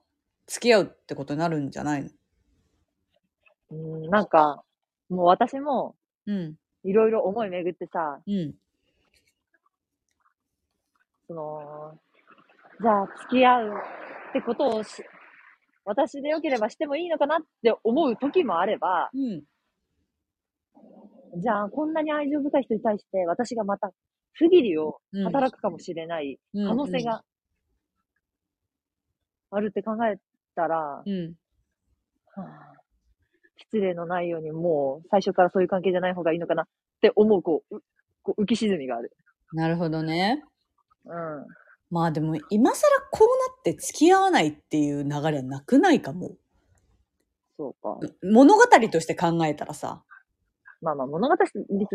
A: 付き合うってことになるんじゃないの
B: うん、なんか、もう私も、
A: うん、
B: いろいろ思い巡ってさ、
A: うん、
B: その、じゃあ付き合うってことをし、私で良ければしてもいいのかなって思う時もあれば、
A: うん、
B: じゃあこんなに愛情深い人に対して私がまた不義理を
A: うん
B: 働くかもしれない
A: うん。
B: 可能性があるって考えたら、は
A: うん。
B: あ失礼のないようにもう最初からそういう関係じゃない方がいいのかなって思う、こう、うこう浮き沈みがある。
A: なるほどね。
B: うん。
A: まあでも、今更こうなって付き合わないっていう流れはなくないかも。
B: そうか。
A: 物語として考えたらさ。
B: まあまあ、物語とし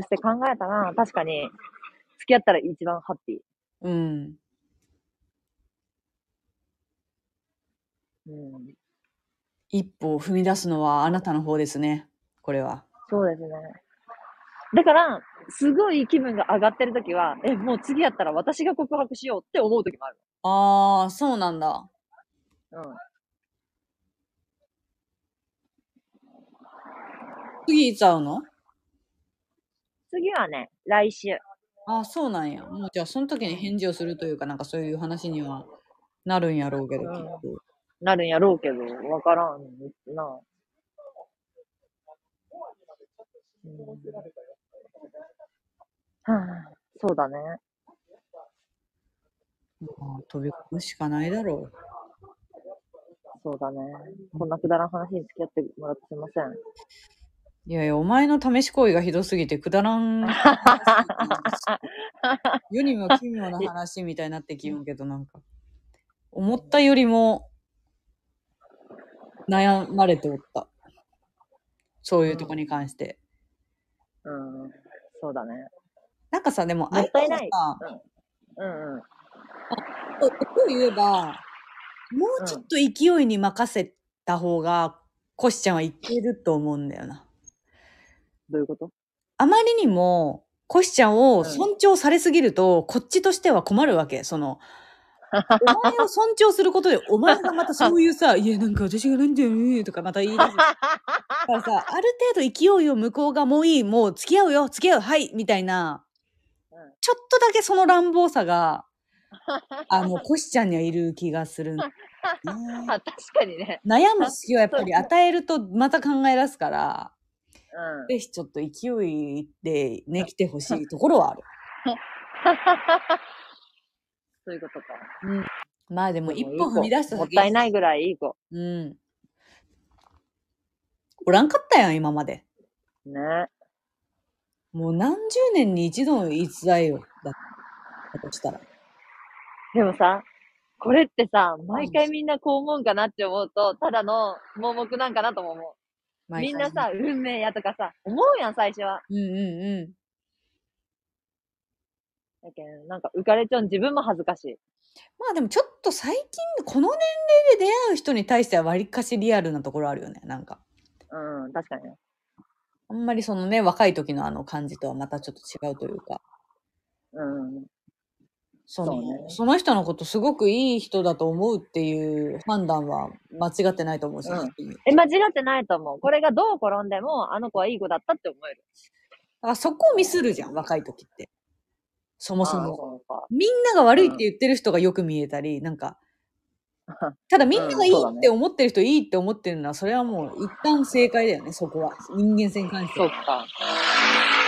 B: て考えたら、確かに、付き合ったら一番ハッピー。
A: うん。
B: うん。
A: 一歩を踏み出すのはあなたの方ですね。これは。
B: そうですね。だから、すごい気分が上がってるときは、え、もう次やったら私が告白しようって思うときもある。
A: ああ、そうなんだ。
B: うん。
A: 次いつ会うの
B: 次はね、来週。
A: ああ、そうなんや。もうじゃあ、その時に返事をするというか、なんかそういう話にはなるんやろうけど、
B: うん
A: 結構。
B: なるんやろうけど、わからんな。うんはあ、そうだね。
A: まあ飛び込むしかないだろう。
B: そうだね。こんなくだらん話に付き合ってもらってすいません。
A: いやいや、お前の試し行為がひどすぎてくだらん。 世にも奇妙な話みたいになってきようけど、なんか。思ったよりも悩まれておった。そういうとこに関して。
B: うん、そうだね。
A: なんかさ、でも
B: もったいな
A: 相手
B: い
A: がさ
B: うんうん。
A: こう言えば、もうちょっと勢いに任せた方が、コシちゃんはいけると思うんだよな。
B: どういうこと
A: あまりにも、コシちゃんを
B: ん
A: 尊重されすぎると、こっちとしては困るわけ。その、お前を尊重すること で、お前がまたそういうさ、いや、なんか私がなんだよね、とかまた言い出す。だから さ、ある程度勢いを向こうがもういい、もう付き合うよ、付き合う、はい、みたいな
B: うん、
A: ちょっとだけその乱暴さ が、あの、コシちゃんにはいる気がするんだよね。
B: あ 確かにね。
A: 悩む隙をやっぱり与えるとまた考え出すから、
B: うん。
A: ぜひちょっと勢いでね、来てほしいところはある。
B: そういうことか。
A: まあでも
B: で
A: 一
B: も
A: 歩踏み出した
B: いい子もっ
A: 先
B: たいないぐらいいい子。
A: うん。おらんかったやん、今まで。
B: ね。
A: もう何十年に一度の逸材よ。だだとしたら。
B: でもさ、これってさ、毎回みんなこう思うんかなって思うと、ただの盲目なんかなとも思う。みんなさ、運命やとかさ、思うやん、最初は。
A: 毎回ね。うんうんうん。
B: だけど、なんか浮かれちゃう自分も恥ずかしい。
A: まあでもちょっと最近、この年齢で出会う人に対しては割かしリアルなところあるよね。なんか。
B: うん、確かにね。
A: あんまりそのね、若い時のあの感じとはまたちょっと違うというか。
B: うん。
A: その
B: そうね
A: その人のことすごくいい人だと思うっていう判断は間違ってないと思うし、
B: うん
A: だか
B: え、間違ってないと思う。これがどう転んでも、あの子はいい子だったって思える。
A: らそこをミスるじゃん若い時ってそもそ
B: あー
A: も
B: そうか。
A: みんなが悪いって言ってる人がよく見えたりなんかただみんながいい
B: うんそうだ
A: っ
B: ね
A: て思ってる人、いいって思ってるのはそれはもう一旦正解だよねそこは人間性に関して
B: そう
A: は
B: か。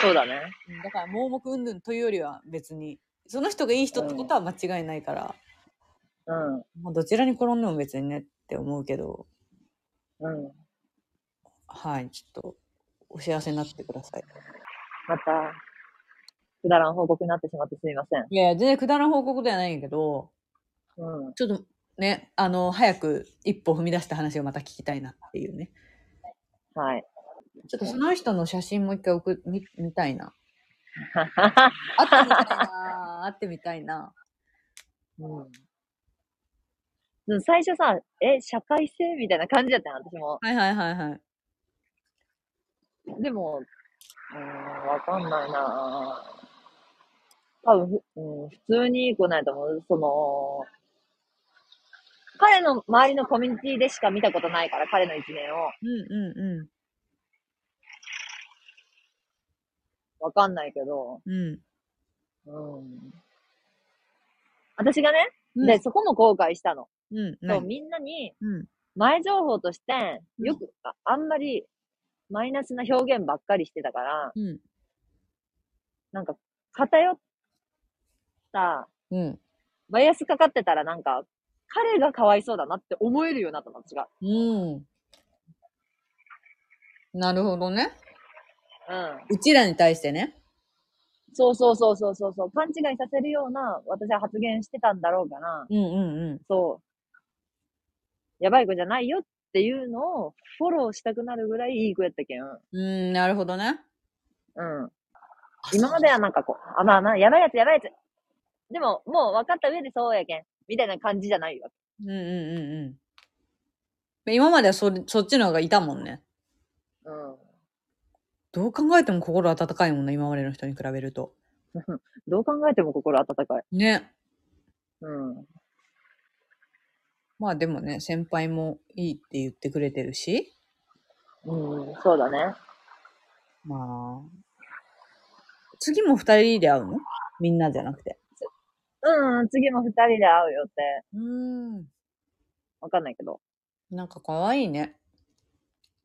B: そうだね。
A: うんだから盲目云々というよりは別にその人がいい人ってことは間違いないから、
B: う
A: まあどちらに転んでも別にねって思うけど、
B: ん。うん。
A: はい、ちょっと、お幸せになってください。
B: また、くだらん報告になってしまってすみません。
A: いやいや、全然くだらん報告ではないんやけど、
B: うん。
A: ちょっとね、あの、早く一歩踏み出した話をまた聞きたいなっていうね。
B: はい。
A: ちょっとその人の写真もう一回送っ見見たい な。会ってみたいな。会ってみたいな。
B: うん。最初さ、え、社会性みたいな感じだったよ私も。
A: はいはいはいはい。
B: でも、うーん、わかんないなぁ多分ふ、うん、普通にいい子ないと思う。その、彼の周りのコミュニティでしか見たことないから、彼の一面を。
A: うんう
B: わかんないけど、
A: んうん。
B: うん。私がね、
A: うん。
B: で、そこも後悔したの。
A: うん。
B: そう
A: 何
B: みんなに、
A: うん。
B: 前情報として、
A: うん
B: よく、ああんまり、マイナスな表現ばっかりしてたから、
A: うん。
B: なんか、偏った、
A: うん。
B: バイアスかかってたらなんか、彼がかわいそうだなって思えるようになったの、私が。
A: うん。なるほどね。
B: うん。
A: うちらに対してね。
B: そうそうそうそうそうそう。勘違いさせるような、私は発言してたんだろうかな。
A: うんうん
B: そう。やばい子じゃないよっていうのをフォローしたくなるぐらいいい子やったけん。
A: うん。うん、なるほどね。
B: うん。今まではなんかこう、あ、まあまあ、やばいやつやばいやつ。でも、もう分かった上でそうやけん。みたいな感じじゃないよ。
A: うんうんうんうんで。今まではそれそっちの方がいたもんね。
B: うん。
A: どう考えても心温かいもんね、今までの人に比べると。
B: どう考えても心温かい。
A: ね。
B: うん。
A: まあでもね、先輩もいいって言ってくれてるし。
B: うん、そうだね。
A: まあ。次も二人で会うのみんなじゃなくて。
B: うん、次も二人で会う予定。
A: うん。
B: わかんないけど。
A: なんか可愛いね。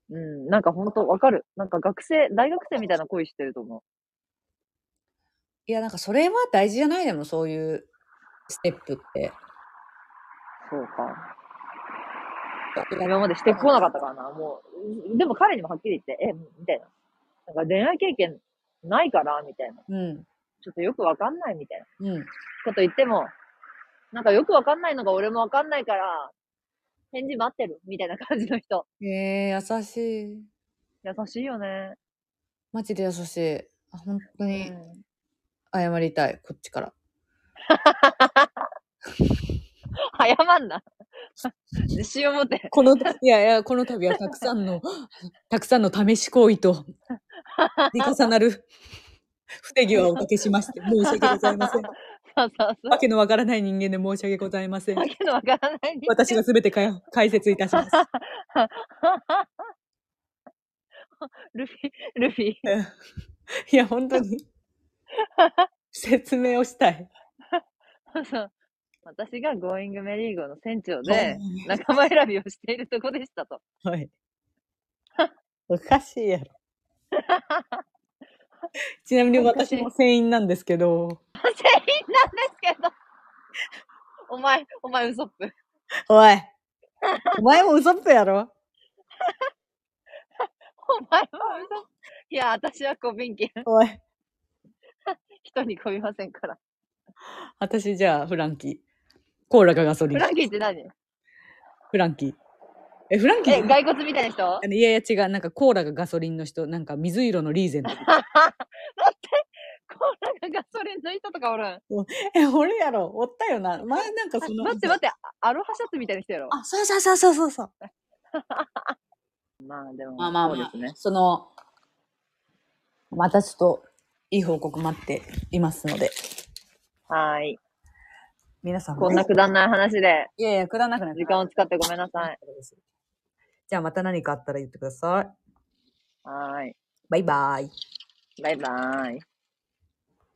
B: うん、なんかほんとわかる。なんか学生、大学生みたいな恋してると思
A: いや、なんかそれは大事じゃないでも、そういうステップって。
B: う。そうか。今までしてこなかったからな、もう。でも彼にもはっきり言って、え、みたいな。なんか恋愛経験ないから、みたいな。
A: うん。
B: ちょっとよくわかんない、みたいな。
A: うん。
B: こと言っても、なんかよくわかんないのが俺もわかんないから、返事待ってるみたいな感じの人。
A: ええ優しい。
B: 優しいよね。
A: マジで優しい。あ本当
B: う
A: に
B: ん。
A: 謝りたい、こっちから。
B: 謝んな。自信を持って。
A: この、いやいや、この度はたくさんの、たくさんの試し行為と、積み重なる不手際をおかけしまして、申し訳ございません。わ
B: そうそうそう。わ
A: けのわからない人間で申し訳ございませ ん。
B: けのわからない人
A: 私が全てか解説いたします。
B: ルフィ、ルフィ。
A: いや、本当に。説明をしたい。
B: そうそう私が Going メリーゴの船長
A: はい
B: で仲間選びをしているとこでしたと。
A: はい。おかしいやろ。 ちなみに私も船員なんですけど、
B: 全員なんですけど。お前、お前ウソップ。
A: おい、お前もウソップやろ
B: お前はウソップ。いや、私は小便器。
A: おい。
B: 人にこびませんから。
A: 私じゃあ、フランキー。コーラかガソリ
B: フ
A: ン。
B: ランキーって何
A: フランキー。え、フランキ
B: え、
A: ー
B: 骸骨みたいな人
A: あのいやいや違う、なんかコーラがガソリンの人、なんか水色のリーゼント。
B: こんなガソリンの人とかおるん。
A: え、俺やろ、おったよな。前なん かその。
B: 待って待って、アロハシャツみたいな人やろ。
A: あ、そうそうそうそうそうそう。
B: まあでも
A: まあまあ、まあ、
B: そうですね。
A: その、またちょっと、いい報告待っていますので、
B: はーい。
A: 皆さんも
B: こん
A: ね、
B: なくだんない話で、
A: いやいや、くだらなくな
B: 時間を使ってごめんなさい。
A: じゃあまた何かあったら言ってください。
B: はーい。
A: バイバイ。
B: バイバーイ。